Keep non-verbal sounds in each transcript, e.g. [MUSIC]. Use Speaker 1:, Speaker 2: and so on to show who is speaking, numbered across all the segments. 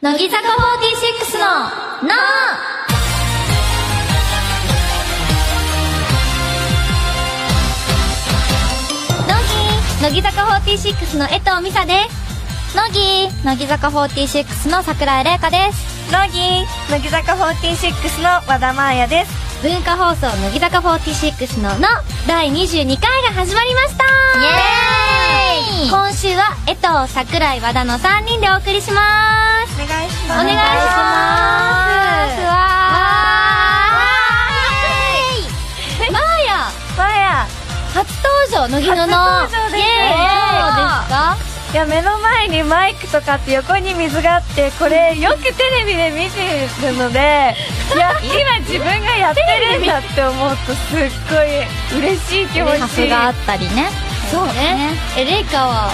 Speaker 1: 乃木坂46の「の」乃木乃木坂46の江藤美沙です乃木乃木坂46の桜井玲香です
Speaker 2: 乃木乃木坂46の和田真彩です
Speaker 1: 文化放送乃木坂46の「の」第22回が始まりました
Speaker 3: イエーイ
Speaker 1: 今週は江藤桜井和田の3人でお送りします
Speaker 2: お願いし
Speaker 1: お
Speaker 2: ま
Speaker 1: 願いしますすわーいマーヤ
Speaker 2: す真彩
Speaker 1: 初登場乃木のの
Speaker 2: 初登場ですね
Speaker 1: イエー
Speaker 2: いや目の前にマイクとかあって横に水があってこれよくテレビで見てるので [LAUGHS] いや今自分がやってるんだって思うとすっごい嬉しい気持
Speaker 1: イどうですか
Speaker 2: ちいい
Speaker 1: ったりね
Speaker 2: そう
Speaker 1: ねえレイカは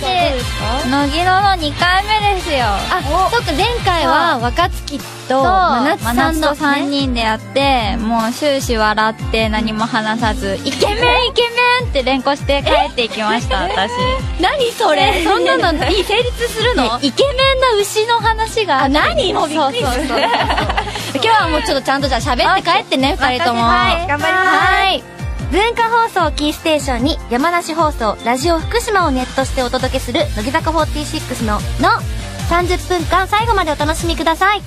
Speaker 3: 私乃木のの2回目ですよ
Speaker 1: あそっか前回は若月と
Speaker 3: と
Speaker 1: 真夏さんの
Speaker 3: 3
Speaker 1: 3人
Speaker 3: 人でやってもう終始笑って何も話さず「イケメンイケメン!」って連呼して帰っていきました私
Speaker 1: 何それそんなのいい成立するの
Speaker 3: ねイケメンな牛の話が
Speaker 1: あ何もうびっくりする
Speaker 3: そうそうそう
Speaker 1: 今日はもうちょっとちゃんとじゃあ喋って帰ってね2人とも
Speaker 2: はい頑張ります
Speaker 1: はい文化放送キーステーションに山梨放送ラジオ福島をネットしてお届けする乃木坂46の「の」30分間最後までお楽しみください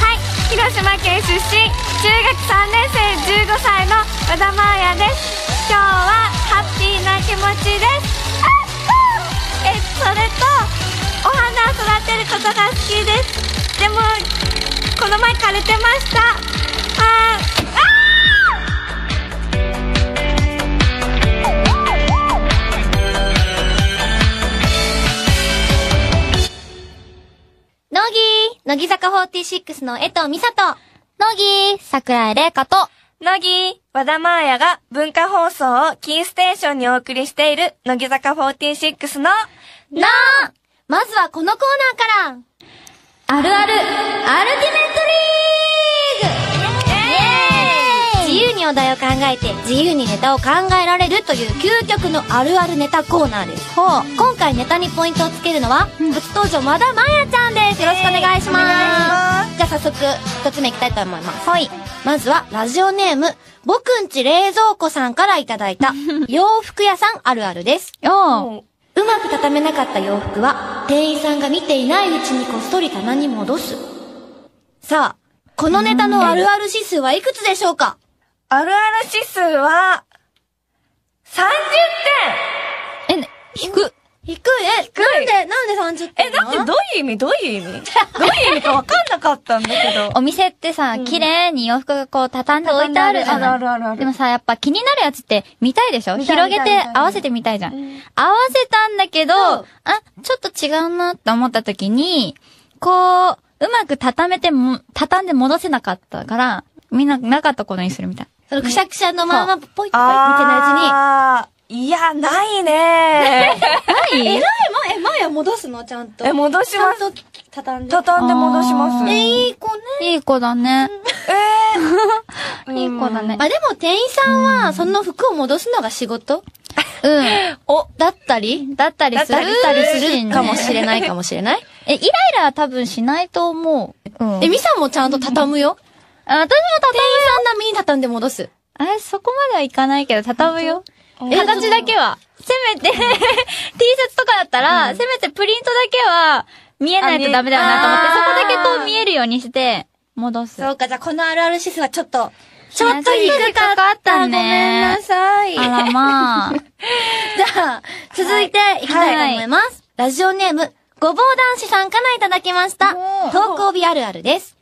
Speaker 2: はい広島県出身中学3年生15歳の和田真彩です今日はハッピーな気持ちですああえそれとお花を育てることが好きですでもこの前枯れてましたあー
Speaker 1: 乃木乃木坂46の江藤美里乃木桜井玲香と
Speaker 2: 乃木、和田真彩が文化放送をキーステーションにお送りしている乃木坂46の
Speaker 1: 「の」まずはこのコーナーからあるあるアルティメットリーグ自由にお題を考えて自由にネタを考えられるという究極のあるあるネタコーナーです今回ネタにポイントをつけるのは、初登場和田まやちゃんですよろしくお願いします,、じゃあ早速一つ目いきたいと思いますはいまずはラジオネーム僕んち冷蔵庫さんからいただい
Speaker 2: [LAUGHS]
Speaker 1: た洋服屋さんあるあるです
Speaker 3: よ
Speaker 1: うまく畳めなかった洋服は、店員さんが見ていないうちにこっそり棚に戻す。さあ、このネタのあるある指数はいくつでしょうか
Speaker 2: あるある指数は30
Speaker 3: えね引く
Speaker 1: 低い、え、なんで、なんで30点
Speaker 2: 点え、だってどういう意味どういう意味どういう意味かわかんなかったんだけど。
Speaker 3: お店ってさ、綺麗に洋服がこう畳んで [LAUGHS] 置いてあるじゃない
Speaker 2: 畳んであるあるあるある
Speaker 3: でもさ、やっぱ気になるやつって見たいでしょ
Speaker 2: 見たい
Speaker 3: 広げ
Speaker 2: 見たい
Speaker 3: て
Speaker 2: 見たい
Speaker 3: 合わせてみたいじゃん。合わせたんだけど、あ、ちょっと違うなって思った時に、こう、うまく畳めても、畳んで戻せなかったから、みんななかったことにするみたい。
Speaker 1: そのくしゃくしゃのまま、ポイッとか
Speaker 2: あー、いや、ないね
Speaker 1: 見てないうちに。え、前、前、前は戻すのちゃんと
Speaker 3: [LAUGHS]
Speaker 2: え、戻します。
Speaker 1: と畳ん
Speaker 2: 畳んで戻します。
Speaker 3: え
Speaker 1: いい子ね。
Speaker 3: いい子だね。
Speaker 2: え
Speaker 3: いい子だね。
Speaker 1: あ、でも店員さんは、その服を戻すのが仕 [LAUGHS] 事
Speaker 3: うん。
Speaker 1: お、だったり
Speaker 3: だったりする。
Speaker 2: だったり
Speaker 1: するかもし
Speaker 3: れ
Speaker 1: れ [LAUGHS] ないかもしれない。
Speaker 3: え、イライラは多分しないと思う。うん。
Speaker 1: え、ミサもちゃんと畳むよ。
Speaker 3: あ私も
Speaker 1: 店員さん並みに畳んで戻す。
Speaker 3: あれ、そこまではいかないけど、畳むよ。
Speaker 2: 本
Speaker 1: 当
Speaker 3: 形だけは。せめて、T シャツとかだったら、せめてプリントだけは、見えないとダメだよなと思って、
Speaker 2: あ
Speaker 3: そ
Speaker 2: ね
Speaker 3: こだけこう見えるようにして、戻す。
Speaker 1: そうか、じゃあこのあるある指数はちょっと、ち
Speaker 3: ち
Speaker 1: ょっと低かった。
Speaker 3: た
Speaker 1: ごめん
Speaker 3: ね
Speaker 1: な。さい。じ
Speaker 3: あ
Speaker 1: ゃ
Speaker 3: らまあ。
Speaker 1: あ、続いていきたいと思います。ラジオネーム、ごぼう男子さんからいただきました
Speaker 3: お。ー
Speaker 1: 投稿日あるあるです。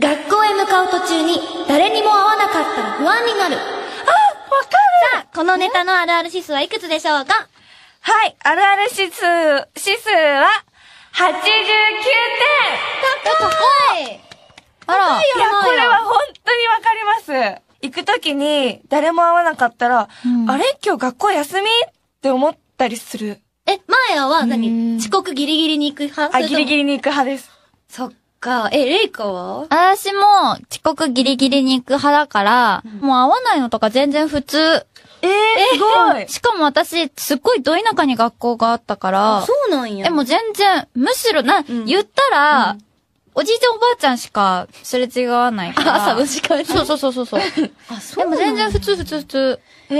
Speaker 1: 学校へ向かう途中に、誰にも会わなかったら不安になる。あ、わかるさあ、このネタのあるある指数はいくつでしょうか
Speaker 2: はい、あるある指数、指数は89点
Speaker 1: 高い
Speaker 3: あら。
Speaker 2: いや、これは本当にわかります。行くときに誰も会わなかったら、
Speaker 3: うん
Speaker 2: あれ今日学校休みって思ったりする。
Speaker 1: え、前は
Speaker 3: うん
Speaker 1: 何遅刻ギリギリに行く派
Speaker 2: あ、ギリギ
Speaker 1: リ。
Speaker 2: リに行く派です。
Speaker 1: そっか。え、レイカは
Speaker 3: 私も遅刻ギリギリに行く派だから、もう会わないのとか全然普通。
Speaker 2: えー、すごい。
Speaker 3: しかも私、すっごいど田舎に学校があったから、
Speaker 1: そうなんや。
Speaker 3: え、もう全然、むしろな、
Speaker 2: ん
Speaker 3: 言ったら、おじいちゃんおばあちゃんしかすれ違わな
Speaker 1: [LAUGHS]
Speaker 3: いから。
Speaker 2: 朝の時間に。
Speaker 3: そうそうそうそうそう。
Speaker 1: あ、そ
Speaker 3: で
Speaker 1: う
Speaker 3: も
Speaker 1: なんや
Speaker 3: 全然普通普通普通。
Speaker 2: え
Speaker 1: 逆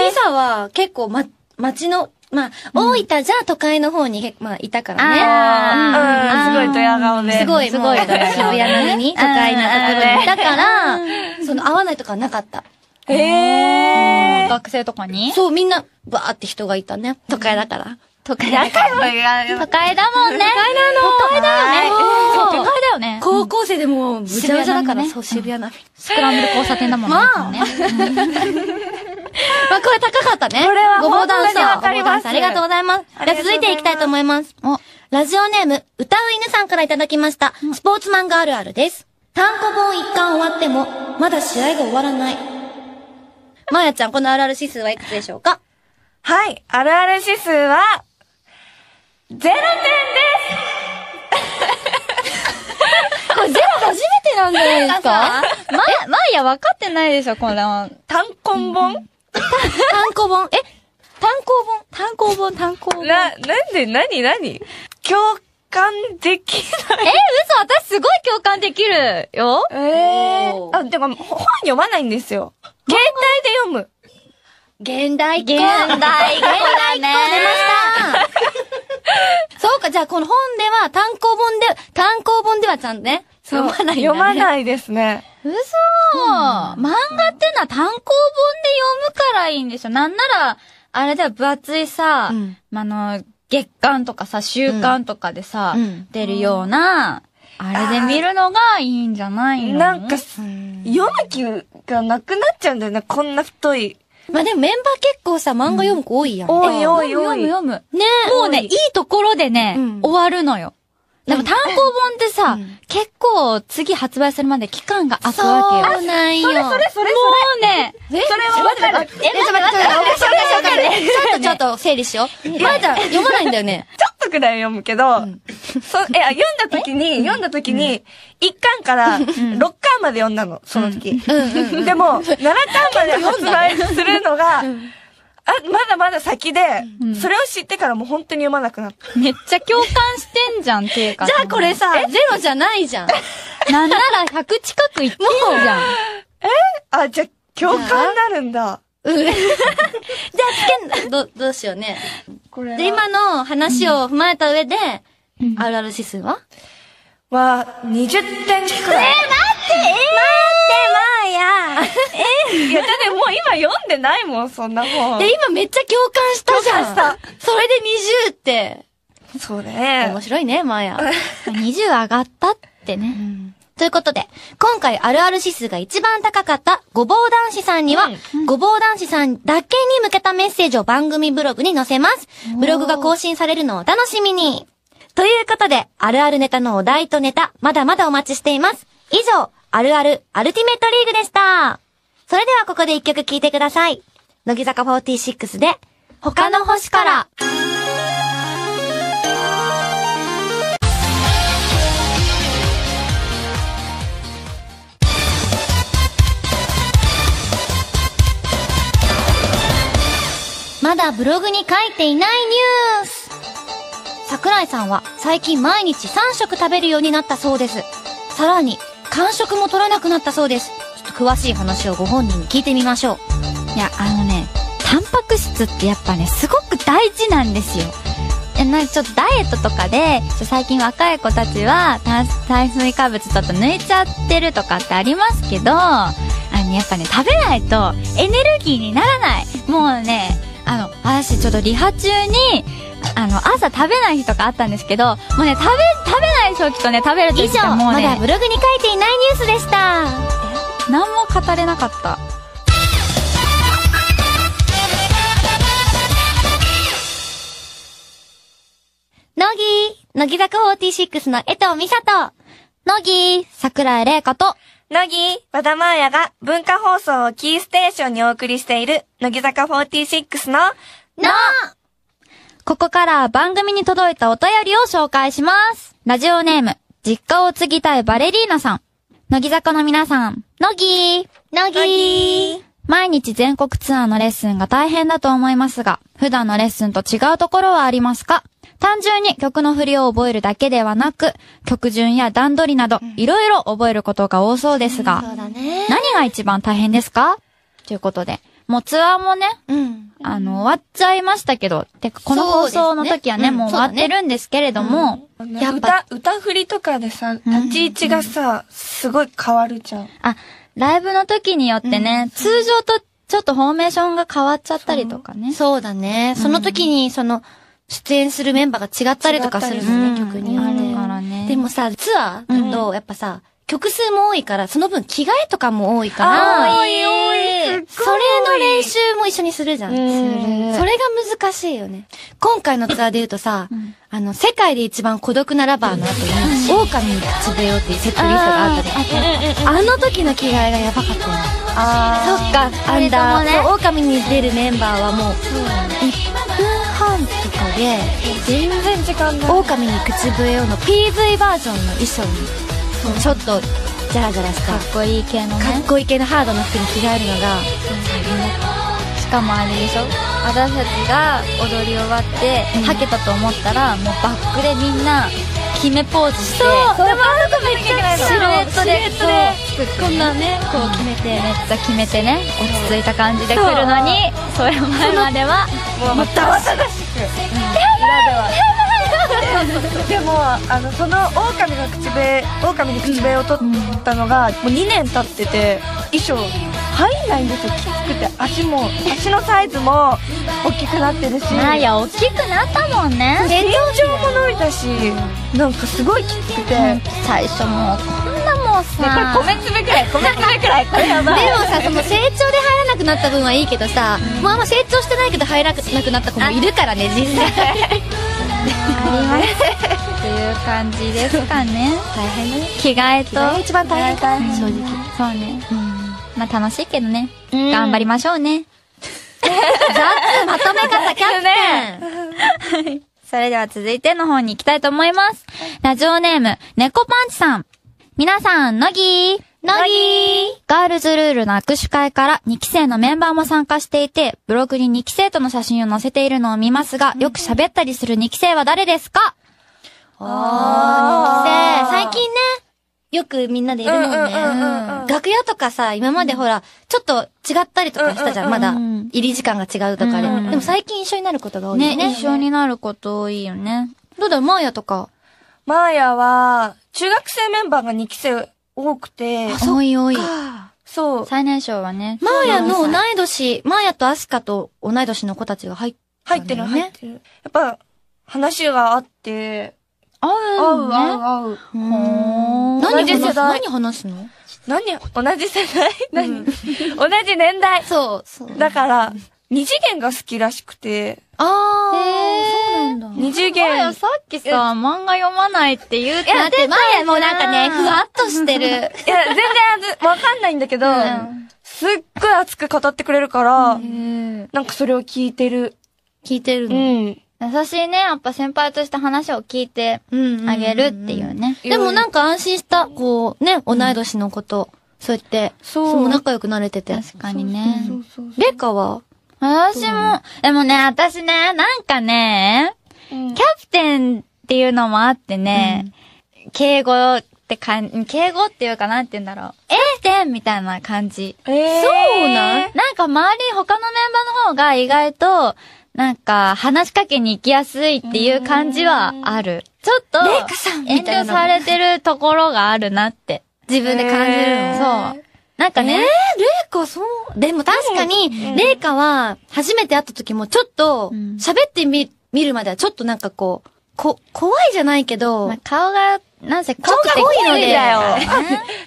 Speaker 1: にミ
Speaker 2: さ
Speaker 1: サは結構ま、町の、まあ、大分じゃ都会の方に結構、まあ、いたから
Speaker 2: あ
Speaker 1: ね。
Speaker 2: ーうん、すごいドヤ顔
Speaker 1: す
Speaker 2: で。
Speaker 1: ごい、すごい、
Speaker 2: もう
Speaker 1: 渋谷並みに、都会なところにいたから、その、会わないとかはなかった。
Speaker 2: えー。
Speaker 3: 学生とかに
Speaker 1: そう、みんな、バーって人がいたね。都会だから。
Speaker 3: 都会
Speaker 2: 何回も言われ
Speaker 3: 都会だもんね。都会だよね。そう都会だよね。
Speaker 1: 高校生でもう、むちゃむちゃだから、
Speaker 3: 渋谷並みね
Speaker 1: そう、渋谷並み。
Speaker 3: スクランブル交差点だもんね。
Speaker 1: まあ
Speaker 3: いつもね
Speaker 1: まあ、これ高かったね。
Speaker 2: これは
Speaker 1: ごぼうダンサー。
Speaker 2: 本当にわかりま
Speaker 1: ごぼうダン
Speaker 2: す
Speaker 1: サーありがとうございます。
Speaker 2: あ
Speaker 1: じ
Speaker 2: り
Speaker 1: ゃあ
Speaker 2: がとうご
Speaker 1: 続
Speaker 2: ざいます
Speaker 1: いていきたいと思います。
Speaker 3: お
Speaker 1: ラジオネーム、歌う犬さんからいただきました。スポーツマンがあるあるです。単行本一巻終わっても、まだ試合が終わらない。まやちゃん、このあるある指数はいくつでしょうか
Speaker 2: はい、あるある指数は、ゼロ点です
Speaker 1: これゼロ初めてなんじゃない [LAUGHS] ですか
Speaker 3: ま、まあ、いや、分かってないでしょ、この。
Speaker 2: 単行本
Speaker 1: 単行本。え単行本単行本、単行本。
Speaker 2: な、なんで、なになに共感でき
Speaker 3: え、嘘私すごい共感できるよ
Speaker 2: ない。え
Speaker 1: おー
Speaker 2: あ、でも、本読まないんですよ。携帯で読む。
Speaker 1: 現代現
Speaker 3: 現代っ子だね。
Speaker 1: そうか、じゃあこの本では単行本で、単行本ではちゃんとね、読まないんだね。
Speaker 2: 読まないですね。
Speaker 3: 嘘、漫画ってのは単行本で読むからいいんでしょなんなら、あれだよ、分厚いさ、
Speaker 1: うん
Speaker 3: まあの、月間とかさ、週間とかでさ、
Speaker 1: うん
Speaker 3: 出るような、あれで見るのがいいんじゃないの
Speaker 2: なんか、
Speaker 1: う
Speaker 2: 読
Speaker 1: ん
Speaker 2: む気がなくなっちゃうんだよね。こんな太い。
Speaker 1: まあでもメンバー結構さ、漫画読む子多いやん。
Speaker 2: 多い多い多
Speaker 3: 読む
Speaker 2: い。
Speaker 3: 読む。
Speaker 1: ね
Speaker 3: もうね、いいところでね、
Speaker 1: うん
Speaker 3: 終わるのよ。でも単行本ってさ、結構次発売するまで期間が空くわけよ。
Speaker 1: そうなんよ。
Speaker 3: それもうね、
Speaker 1: え
Speaker 2: それはわか
Speaker 1: え、待って待っ
Speaker 2: る。
Speaker 1: て待って、紹介紹介ね。ちょっとちょっと整理しよう。まやちゃん、読まないんだよね。
Speaker 2: ちょっとくらい読むけど、そえあ読んだ時に、読んだ時に、1巻から6巻まで読んだの、その時。でも、7巻まで発売するのが、あ、まだまだ先で、
Speaker 3: うん
Speaker 2: それを知ってからもう本当に読まなくなった。
Speaker 3: めっちゃ共感してんじゃん、ていうか。
Speaker 1: じゃあこれさ、ゼロじゃないじゃん。
Speaker 3: なんなら100近くいってんじゃん。
Speaker 2: あ、じゃあ、共感になるんだ。
Speaker 1: じゃあ、つけん、ど、どうしようね。
Speaker 2: これは
Speaker 1: で、今の話を踏まえた上で、あるある指数は
Speaker 2: は、20点くらい。えー、待って、えー、待って、まあや。えいや、だってもう今読んでないもん、そんな本
Speaker 1: で、。今めっちゃ共感したじゃん。
Speaker 2: 共感
Speaker 1: それで20って。
Speaker 2: そうね
Speaker 1: 面。白いね、ま [LAUGHS] や。
Speaker 3: 20上がったってね。
Speaker 1: ということで、今回あるある指数が一番高かったごぼう男子さんには、ごぼう男子さんだけに向けたメッセージを番組ブログに載せます。ブログが更新されるのをお楽しみに。ということで、あるあるネタのお題とネタ、まだまだお待ちしています。以上、あるあるアルティメットリーグでした。それではここで一曲聴いてください。乃木坂46で、他の星から。まだブログに書いていないニュース桜井さんは最近毎日3食食べるようになったそうです。さらに、間食も取らなくなったそうです。ちょっと詳しい話をご本人に聞いてみましょう。
Speaker 3: いや、あのね、タンパク質ってやっぱね、すごく大事なんですよ。いやなんかちょっとダイエットとかで、ちょ最近若い子たちは炭炭水化物ちょっと抜いちゃってるとかってありますけど、あのやっぱね、食べないとエネルギーにならない。もうね、あの、私ちょっとリハ中に、あの、朝食べない日とかあったんですけど、もうね、食べ、食べない時とね、食べる
Speaker 1: 以
Speaker 3: 時って
Speaker 1: 上、
Speaker 3: もう
Speaker 1: まだ
Speaker 3: ね、
Speaker 1: ブログに書いていないニュースでした。
Speaker 3: 何も語れなかった。
Speaker 1: 乃木乃木坂46の江藤美里乃木桜井玲香と、
Speaker 2: 乃木、和田真彩が文化放送をキーステーションにお送りしている、乃木坂46の、
Speaker 1: の
Speaker 3: ここからは番組に届いたお便りを紹介します。ラジオネーム、実家を継ぎたいバレリーナさん。乃木坂の皆さん、
Speaker 1: 乃木乃木
Speaker 3: 毎日全国ツアーのレッスンが大変だと思いますが、普段のレッスンと違うところはありますか単純に曲の振りを覚えるだけではなく、曲順や段取りなど、いろいろ覚えることが多そうですが、
Speaker 1: そうだね。
Speaker 3: 何が一番大変ですかということで。もうツアーもね、
Speaker 1: うん。
Speaker 3: あの、終わっちゃいましたけど、てか、この放送の時は
Speaker 1: そうですね
Speaker 3: ね、
Speaker 1: うん
Speaker 3: もう終わってるんですけれども、
Speaker 1: やっ
Speaker 2: 歌、歌振りとかでさ、立ち位置がさ、すごい変わるじゃん。
Speaker 3: あ、ライブの時によってね、通常とちょっとフォーメーションが変わっちゃったりとかね。
Speaker 1: そうだね。その時に、その、出演するメンバーが違ったりとかするのね、
Speaker 2: 違ったり
Speaker 1: 曲によって
Speaker 3: うんあるからね
Speaker 1: でもさ、ツアーだと、やっぱさ、曲数も多いから、その分着替えとかも多いか
Speaker 2: あ
Speaker 1: ら、
Speaker 2: 多い多いすっ
Speaker 1: そ
Speaker 2: ごい
Speaker 1: れの練習も一緒にするじゃん。
Speaker 2: うん
Speaker 1: それが難しいよね。今回のツアーで言うとさ、あの、世界で一番孤独なラバーの後に、狼につべようっていうセットリストがあったじゃん。あの時の着替えがやばかったな。
Speaker 2: あ
Speaker 1: そっか、アンダー、そう狼に出るメンバーはもう、1分半とかで、
Speaker 2: 全然時間ない。
Speaker 1: 狼に口笛をの PV バージョンの衣装に、ちょっと、ジャラジャラした、
Speaker 3: かっこいい系の
Speaker 1: かっ
Speaker 3: ね。
Speaker 1: こいい系のハードな服に着替えるのが、
Speaker 3: しかもあれでしょ私たちが踊り終わって、はけたと思ったら、もうバックでみんな、決めポーズして、
Speaker 1: そう、でもあの子めっちゃ
Speaker 3: シルエットで、こう、こんなね、こう決めて、めっちゃ決めてね、落ち着いた感じで来るのに、それ前までは、
Speaker 2: もう、たわただしく。でもあのその狼の口笛狼に口笛を取ったのが、もう2年経ってて衣装入んないんですよきつくて足も足のサイズも大きくなってるし
Speaker 3: まあいや、大きくなったもんね。
Speaker 2: 身長も伸びたし、なんかすごいきつくて、で
Speaker 3: 最初もう、こんなもうさ、
Speaker 2: これ米粒くらい米粒くらいこれやばい
Speaker 1: でもさ、その成長で入らなくなった分はいいけどさ、もうあんま成長してないけど入らなくなった子もいるからね、実際。
Speaker 3: ありますっていう感じですかね
Speaker 1: 大変だね。
Speaker 3: 着替えと
Speaker 1: が一番大変かな正直。
Speaker 3: そうねまあ楽しいけどね、
Speaker 1: うん
Speaker 3: 頑張りましょう
Speaker 1: [LAUGHS]
Speaker 3: ね
Speaker 1: まとめ方キャプテン。
Speaker 3: それでは続いての方に行きたいと思いますラジオネーム猫パンチさん皆さん、乃木
Speaker 1: 乃木
Speaker 3: ガールズルールの握手会から2期生のメンバーも参加していて、ブログに2期生との写真を載せているのを見ますが、よく喋ったりする2期生は誰ですか
Speaker 1: で、最近ね、よくみんなでいるもんね。
Speaker 2: うんうんうんうんうん
Speaker 1: 楽屋とかさ、今までほら、ちょっと違ったりとかしたじゃん、まだ。
Speaker 3: ん
Speaker 1: 入り時間が違うとかで。
Speaker 3: うんうん
Speaker 1: でも最近一緒になることが多いよ
Speaker 3: ね
Speaker 1: ね。
Speaker 3: 一緒になること多いよね。
Speaker 1: どうだろう、マーヤとか。
Speaker 2: マーヤは中学生メンバーが2期生多くて
Speaker 3: 多い多い。
Speaker 2: そう
Speaker 3: 最年少はね。
Speaker 1: マーヤの同い年、マーヤとアスカと同い年の子たちが入っ
Speaker 2: 入ってる
Speaker 1: そうだよね
Speaker 2: 入ってる、やっぱ話があって
Speaker 3: 合
Speaker 2: 合
Speaker 3: う
Speaker 2: う
Speaker 3: ね。
Speaker 2: 合う合う
Speaker 1: て。
Speaker 3: ほー
Speaker 1: 何
Speaker 2: 同じ世
Speaker 1: 話す
Speaker 2: 代
Speaker 1: 何話すの
Speaker 2: 何同じ世代何、同じ年代
Speaker 1: そう、そう。
Speaker 2: [LAUGHS] だから、二次元が好きらしくて、
Speaker 1: あー、
Speaker 3: へ
Speaker 1: そ
Speaker 3: ー
Speaker 1: うなんだ。
Speaker 2: 二次
Speaker 3: マヤ
Speaker 2: 元、
Speaker 3: さっきさ、漫画読まないって言うって
Speaker 1: だって、マーヤもうなんかね、ふわっとしてる。
Speaker 2: いや、全然あずわかんないんだけど、
Speaker 3: ん
Speaker 2: すっごい熱く語ってくれるから、
Speaker 3: 優
Speaker 2: なんかそれを聞いてる。
Speaker 1: 聞いてる
Speaker 2: う
Speaker 1: の。
Speaker 2: ん。
Speaker 3: しいね。やっぱ先輩として話を聞いて
Speaker 1: うんうん
Speaker 3: あげるって [LAUGHS] いうね。
Speaker 1: でもなんか安心した、こう、ね、同い年のこと、そうやって、
Speaker 2: そう
Speaker 1: そう仲良くなれてて。
Speaker 3: 確かにね。
Speaker 2: そうそう
Speaker 1: レイカは
Speaker 3: 私も、でもね、私ね、なんかね、キャプテンっていうのもあってね、敬語って感じ、敬語っていうかなんて言うんだろう。キャプテンみたいな感じ。
Speaker 2: えー、そうなん
Speaker 3: なんか周り、他のメンバーの方が意外と、なんか話しかけに行きやすいっていう感じはある。ちょっと、
Speaker 1: レイカさん
Speaker 3: 遠
Speaker 1: みた
Speaker 3: 慮
Speaker 1: いな
Speaker 3: されてるところがあるなって。
Speaker 1: 自分で感じる
Speaker 2: へ
Speaker 1: の。
Speaker 2: ー
Speaker 3: そう。なんかね、
Speaker 1: レイカそう。でも確かに、レイカは、初めて会った時もちょっと
Speaker 3: うん、
Speaker 1: 喋ってみ、見るまではちょっとなんかこう、こ、怖いじゃないけど、
Speaker 3: ま
Speaker 1: ち
Speaker 3: あ顔が、なんせ顔
Speaker 1: ょっと濃いの
Speaker 2: 濃いん
Speaker 1: で、
Speaker 2: だよ
Speaker 1: あー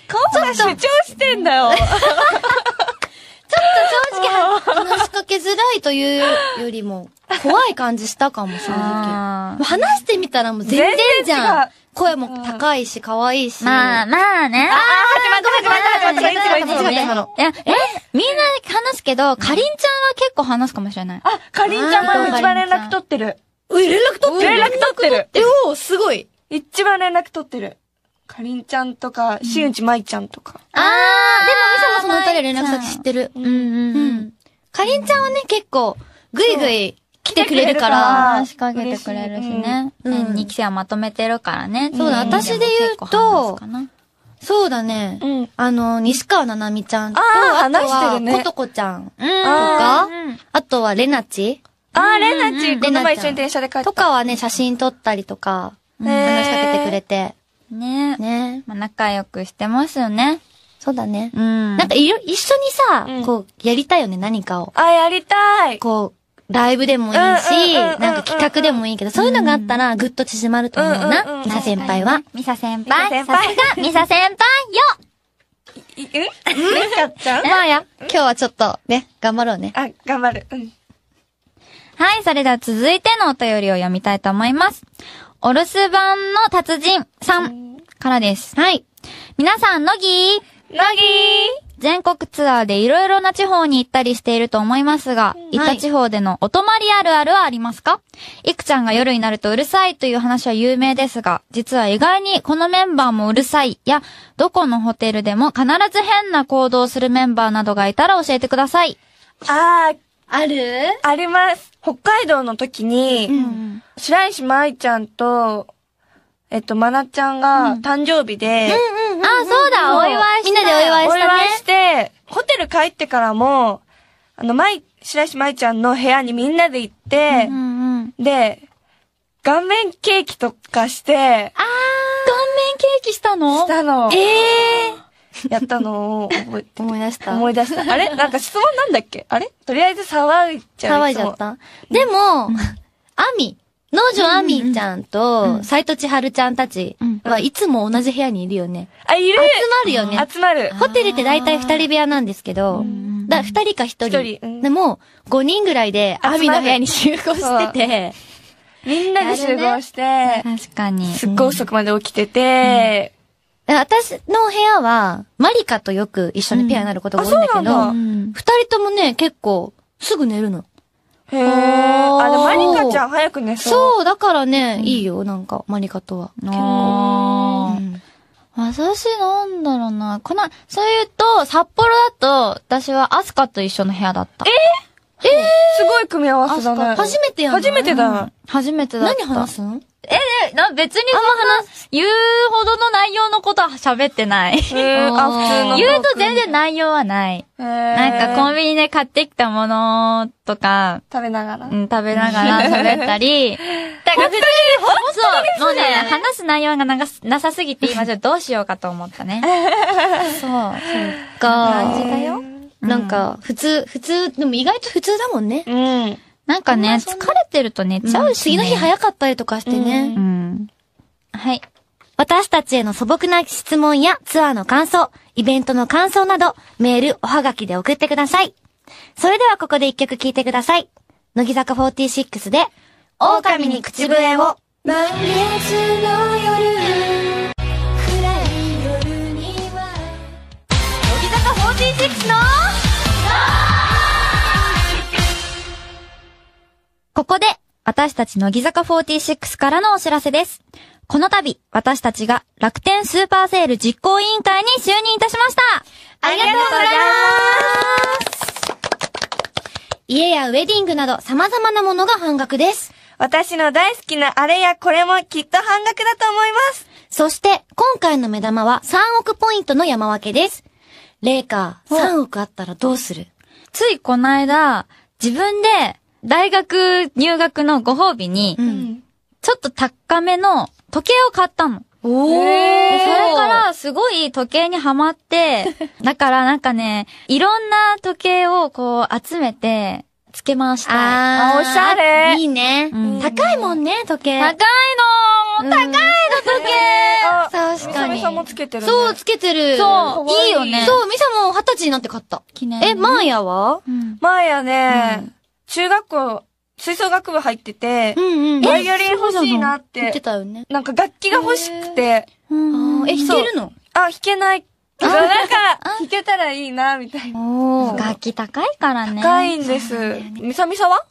Speaker 2: 顔が主張してんだよ。
Speaker 1: 正直は話しかけづらいというよりも、怖い感じしたかも、正直。
Speaker 3: あー
Speaker 1: 話してみたらもう全然じ
Speaker 2: 全然違
Speaker 1: ゃ。
Speaker 2: うん
Speaker 1: 声も高いし、可愛いし。
Speaker 3: まあまあね。
Speaker 2: あー、始まった、始まった、始まった、始まった、始まった。
Speaker 3: いや、え、みんな話すけど、かりんちゃんは結構話すかもしれない。
Speaker 2: あ、かりんちゃんも一番連絡取ってる。
Speaker 1: え連絡取って
Speaker 2: 連
Speaker 1: る
Speaker 2: 絡取ってる。
Speaker 1: え、おーすごい。
Speaker 2: 一番連絡取ってる。かりんちゃんとか、しうんちまいちゃんとか。
Speaker 1: あー、でもみさもその歌で連絡先知ってる。うんうんうん。かりんちゃんはね、結構、ぐいぐい来てくれるから。
Speaker 3: 話しかけてくれるしね。
Speaker 1: 嬉しいうん
Speaker 3: 年に期生はまとめてるからね。
Speaker 1: そうだ
Speaker 3: ん
Speaker 1: 私で言うと
Speaker 3: 結構話すかな
Speaker 1: そうだね。
Speaker 2: うん
Speaker 1: あの、西川ななみちゃんと、
Speaker 2: あー
Speaker 1: あと
Speaker 2: 話して
Speaker 1: は、
Speaker 2: るね
Speaker 1: ことこちゃんと
Speaker 2: あ
Speaker 1: か、あとは、れなち
Speaker 2: あー、レナチ、この前一緒に電車で帰った。
Speaker 1: とかはね、写真撮ったりとか、
Speaker 2: へー
Speaker 1: 話しかけてくれて。
Speaker 3: ね
Speaker 1: ね。
Speaker 3: まあ、仲良くしてますよね。
Speaker 1: そうだね。
Speaker 3: うん
Speaker 1: なんか、いろ、一緒にさ、
Speaker 2: うん
Speaker 1: こう、やりたいよね、何かを。
Speaker 2: あー、やりたい。
Speaker 1: こう、ライブでもいいし、
Speaker 2: うんうんうんうんうん
Speaker 1: なんか企画でもいいけど、そういうのがあったら、ぐっと縮まると思う
Speaker 2: うんうんう
Speaker 1: な。
Speaker 2: ん
Speaker 1: みさ先輩は。
Speaker 3: ミサ先
Speaker 2: ミサ先輩
Speaker 3: 輩。さすが、ミサ先輩よ
Speaker 2: いえ [LAUGHS] レカちゃん
Speaker 1: まあや、今日はちょっと、ね、頑張ろうね。
Speaker 2: あ、頑張る。うん。
Speaker 3: はい、それでは続いてのお便りを読みたいと思います。お留守番の達人さんからです。はい。皆さん、乃木
Speaker 2: なぎ
Speaker 3: 全国ツアーでいろいろな地方に行ったりしていると思いますが、行った地方でのお泊まりあるあるはありますかいくちゃんが夜になるとうるさいという話は有名ですが、実は意外にこのメンバーもうるさいや、どこのホテルでも必ず変な行動をするメンバーなどがいたら教えてください。
Speaker 2: ー。あー、
Speaker 1: ある
Speaker 2: あります。北海道の時に、白石麻衣ちゃんと、えっと、まなちゃんが誕生日で、
Speaker 3: あ、そうだ、お祝い
Speaker 1: みんなでお祝い
Speaker 2: お
Speaker 1: したね。
Speaker 2: 祝いして、ホテル帰ってからも、あの、まい、白石舞ちゃんの部屋にみんなで行って
Speaker 3: う、んうん。
Speaker 2: で、顔面ケーキとかして、
Speaker 3: 顔面ケーキしたの
Speaker 2: したの、
Speaker 3: ええ
Speaker 2: やったのを覚えて、
Speaker 1: 思い出した。
Speaker 2: 思い出した。あれなんか質問なんだっけあれとりあえず騒いちゃう。
Speaker 1: 騒いじゃった。でも、アミ、農場アミちゃんと、斎藤千春ちゃんたちはいつも同じ部屋にいるよね。
Speaker 2: あ、いる
Speaker 1: 集まるよね。
Speaker 2: 集まる。
Speaker 1: ホテルって大体二人部屋なんですけど、だ二人か一人。
Speaker 2: 一人うん
Speaker 1: でも、五人ぐらいで、
Speaker 2: 集ま
Speaker 1: ア
Speaker 2: る
Speaker 1: ミの部屋に集合してて、
Speaker 2: みんなで集合して、
Speaker 3: 確かに。
Speaker 2: すっごい遅くまで起きてて、
Speaker 1: 私の部屋は、マリカとよく一緒にペアになることが多いんだけ
Speaker 2: うんあそう
Speaker 1: ど
Speaker 2: な、
Speaker 1: 二人ともね、結構、すぐ寝るの。
Speaker 2: へー。あ、でもマリカちゃん早く寝そう。
Speaker 1: そう、だからね、いいよ、なんか、マリカとは。
Speaker 3: あー私なんだろうな。この、そう言うと、札幌だと、私はアスカと一緒の部屋だった。え
Speaker 2: すごい組み合わせだね。
Speaker 1: 初めてやんの
Speaker 2: 初めてだ。
Speaker 3: 初めてだった。
Speaker 1: 何話すん
Speaker 3: え、な、別にそんな話、言うほどの内容のことは喋ってない。
Speaker 2: へーあ、普通の。
Speaker 3: 言うと全然内容はない。なんかコンビニで買ってきたものとか、
Speaker 2: 食べながら
Speaker 3: う。ん、食べながら喋ったり。 [LAUGHS] だから別に、そう、もうね、話す内容がながすなさすぎて今ちょっとどうしようかと思った [LAUGHS] ね。そう、そう
Speaker 1: か
Speaker 3: 感じだよ。
Speaker 1: なんか、普通、普通、でも意外と普通だもんね。
Speaker 2: うん。
Speaker 3: なんかね、疲れてると寝ちゃうし、
Speaker 1: 次の日早かったりとかしてね。
Speaker 2: う
Speaker 3: うん。はい。
Speaker 1: 私たちへの素朴な質問やツアーの感想、イベントの感想など、メール、おはがきで送ってください。それではここで一曲聴いてください。乃木坂46で、狼に口笛を。満月の夜、暗い夜には、乃木坂46の、
Speaker 3: ここで、私たち乃木坂46からのお知らせです。この度、私たちが楽天スーパーセール実行委員会に就任いたしました
Speaker 1: ありがとうございます家やウェディングなど様々なものが半額です。
Speaker 2: 私の大好きなあれやこれもきっと半額だと思います。
Speaker 1: そして、今回の目玉は3億ポイントの山分けです。レイカー、3億あったらどうする
Speaker 3: ついこの間、自分で大学入学のご褒美に、
Speaker 1: ん。
Speaker 3: ちょっと高めの時計を買ったの。
Speaker 1: お
Speaker 3: で
Speaker 1: ー
Speaker 3: それか、ら、すごい時計にハマって、 [LAUGHS] だからなんかね、いろんな時計をこう集めて、つけましたい。
Speaker 1: あー、
Speaker 2: あおしゃれ
Speaker 1: いいね、
Speaker 3: ん
Speaker 1: 高いもんね、時計。
Speaker 3: 高いの高いの時計
Speaker 2: あ、
Speaker 1: 確
Speaker 2: みさ
Speaker 1: か
Speaker 2: み
Speaker 1: に
Speaker 2: さ。んもつけてるね。
Speaker 1: そう、つけてる。
Speaker 3: そういいよね
Speaker 1: そう、ミサも二十歳になって買った。
Speaker 3: 記念
Speaker 1: え、マーヤは
Speaker 3: うん
Speaker 2: 前やね、中学校、吹奏楽部入ってて、
Speaker 1: ん
Speaker 2: バ
Speaker 1: え、
Speaker 2: イオリン欲しいなっ
Speaker 1: 言って
Speaker 2: て、
Speaker 1: たよね。
Speaker 2: なんか楽器が欲しくて、
Speaker 1: あーえ、弾けるの
Speaker 2: あ、弾けない。なんか、弾けたらいいな、みたいな。
Speaker 1: おー
Speaker 3: 楽器高いからね。
Speaker 2: 高いんです。みさみさは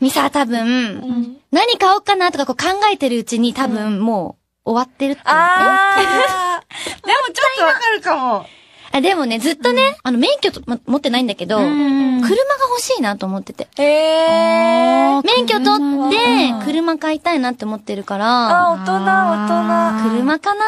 Speaker 1: ミサは多分、何買おうかなとかこう考えてるうちに多分も終わってるっていうの
Speaker 2: あー。 [LAUGHS] でもちょっとわかるかも。
Speaker 1: あでもね、ずっとね、あの、免許とも持ってないんだけど、
Speaker 3: うん
Speaker 1: 車が欲しいなと思ってて。
Speaker 2: へえ。
Speaker 1: 免許取って、車買いたいなって思ってるから、
Speaker 2: あ、大人、大人。
Speaker 1: 車かな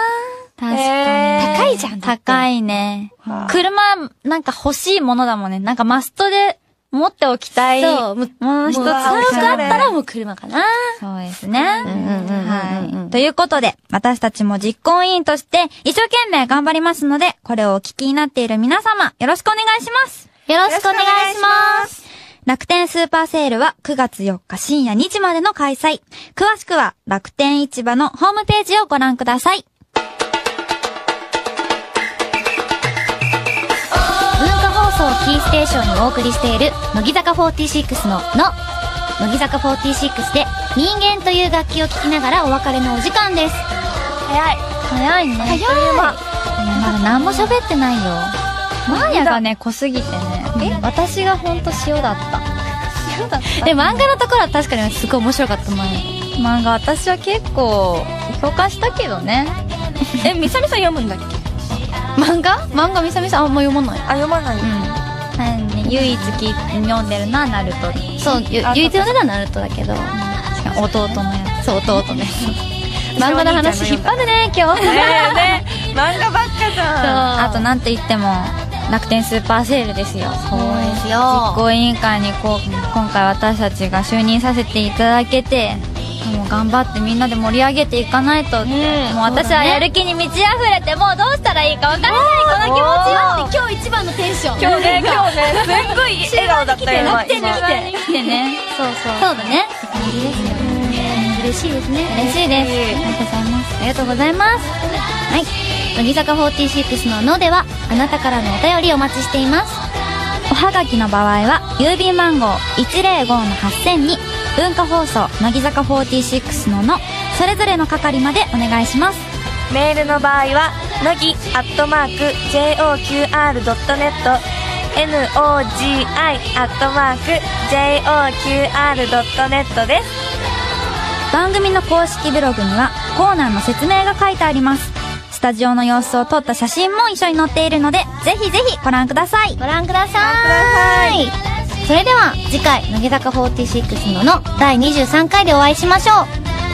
Speaker 3: 確かに。
Speaker 2: えー
Speaker 1: 高いじゃんだって
Speaker 3: 高いね
Speaker 2: はあ。
Speaker 3: 車、なんか欲しいものだもんね。なんかマストで持っておきたい。
Speaker 1: そう、もう、
Speaker 3: もう一つ。
Speaker 1: もう
Speaker 2: おし
Speaker 1: 軽くあ
Speaker 2: ゃ
Speaker 1: っ
Speaker 2: れ
Speaker 1: たらもう車かな。
Speaker 3: そうですね。
Speaker 1: んうんうんうん
Speaker 3: はい。ということで、私たちも実行委員として一生懸命頑張りますので、これをお聞きになっている皆様、よろしくお願いします。
Speaker 1: よろしくお願いします。
Speaker 2: す。
Speaker 3: 楽天スーパーセールは9月4日深夜2時までの開催。詳しくは楽天市場のホームページをご覧ください。
Speaker 1: 文化放送をキーステーションにお送りしている乃木坂46の「の」乃木坂46で「人間」という楽器を聴きながらお別れのお時間です
Speaker 2: 早い。
Speaker 3: 早いね。早い。まだ何も喋ってないよ。マーニャがね、濃すぎてね。え私がほんと塩だった。 [LAUGHS] 塩だった
Speaker 1: で漫画のところは確かにすごい面白かった前
Speaker 3: 漫画私は結構共感したけどね
Speaker 2: え、みさみさん読むんだっけ
Speaker 1: 漫画漫画みさみさんあんま読まない
Speaker 2: あ、読まない。
Speaker 3: うんはい唯一き読んでるのはナルト
Speaker 1: そうゆ
Speaker 2: あ
Speaker 1: 唯一読んだのはナルトだけど
Speaker 3: 弟のや
Speaker 1: そう弟ね漫画の話引っ張るね
Speaker 3: [LAUGHS]
Speaker 1: 今日
Speaker 2: ねえねえ漫画ばっかじゃん。
Speaker 3: つあとなんといっても楽天スーパーセールですよ
Speaker 1: そうですよ
Speaker 3: 実行委員会にこう今回私たちが就任させていただけてもう頑張ってみんなで盛り上げていかないとって、もう私はやる気に満ち溢れてもうどうしたらいいか分からないこの気持ちを
Speaker 1: 今日一番のテンション
Speaker 2: 今日ね、今日ね、すっごい笑顔だったよ、
Speaker 1: 終盤
Speaker 2: 今。
Speaker 1: に来て
Speaker 2: 今
Speaker 1: 楽天に来て
Speaker 3: 来てねそうそう
Speaker 1: そうだねって感じですよね嬉しいですね
Speaker 3: 嬉しいです。ありがとうございます。
Speaker 1: ありがとうございます。はい。乃木坂46ののでは、あなたからのお便りお待ちしています。
Speaker 3: おはがきの場合は、郵便番号105の8000に、文化放送、乃木坂46のの、それぞれの係までお願いします。
Speaker 2: メールの場合は、のぎ、アットマーク、joqr.net、nogi、アットマーク、joqr.net です。
Speaker 3: 番組の公式ブログには、コーナーの説明が書いてあります。スタジオの様子を撮った写真も一緒に載っているので、ぜひぜひご覧ください。
Speaker 1: ご覧くださ
Speaker 2: ご
Speaker 1: い。それでは、次回、乃木坂46のの第23回でお会いしましょう。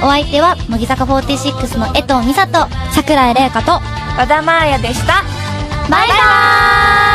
Speaker 1: お相手は、乃木坂46の江藤美里、桜井玲香と、
Speaker 2: 和田真彩でした。
Speaker 1: バイバーイ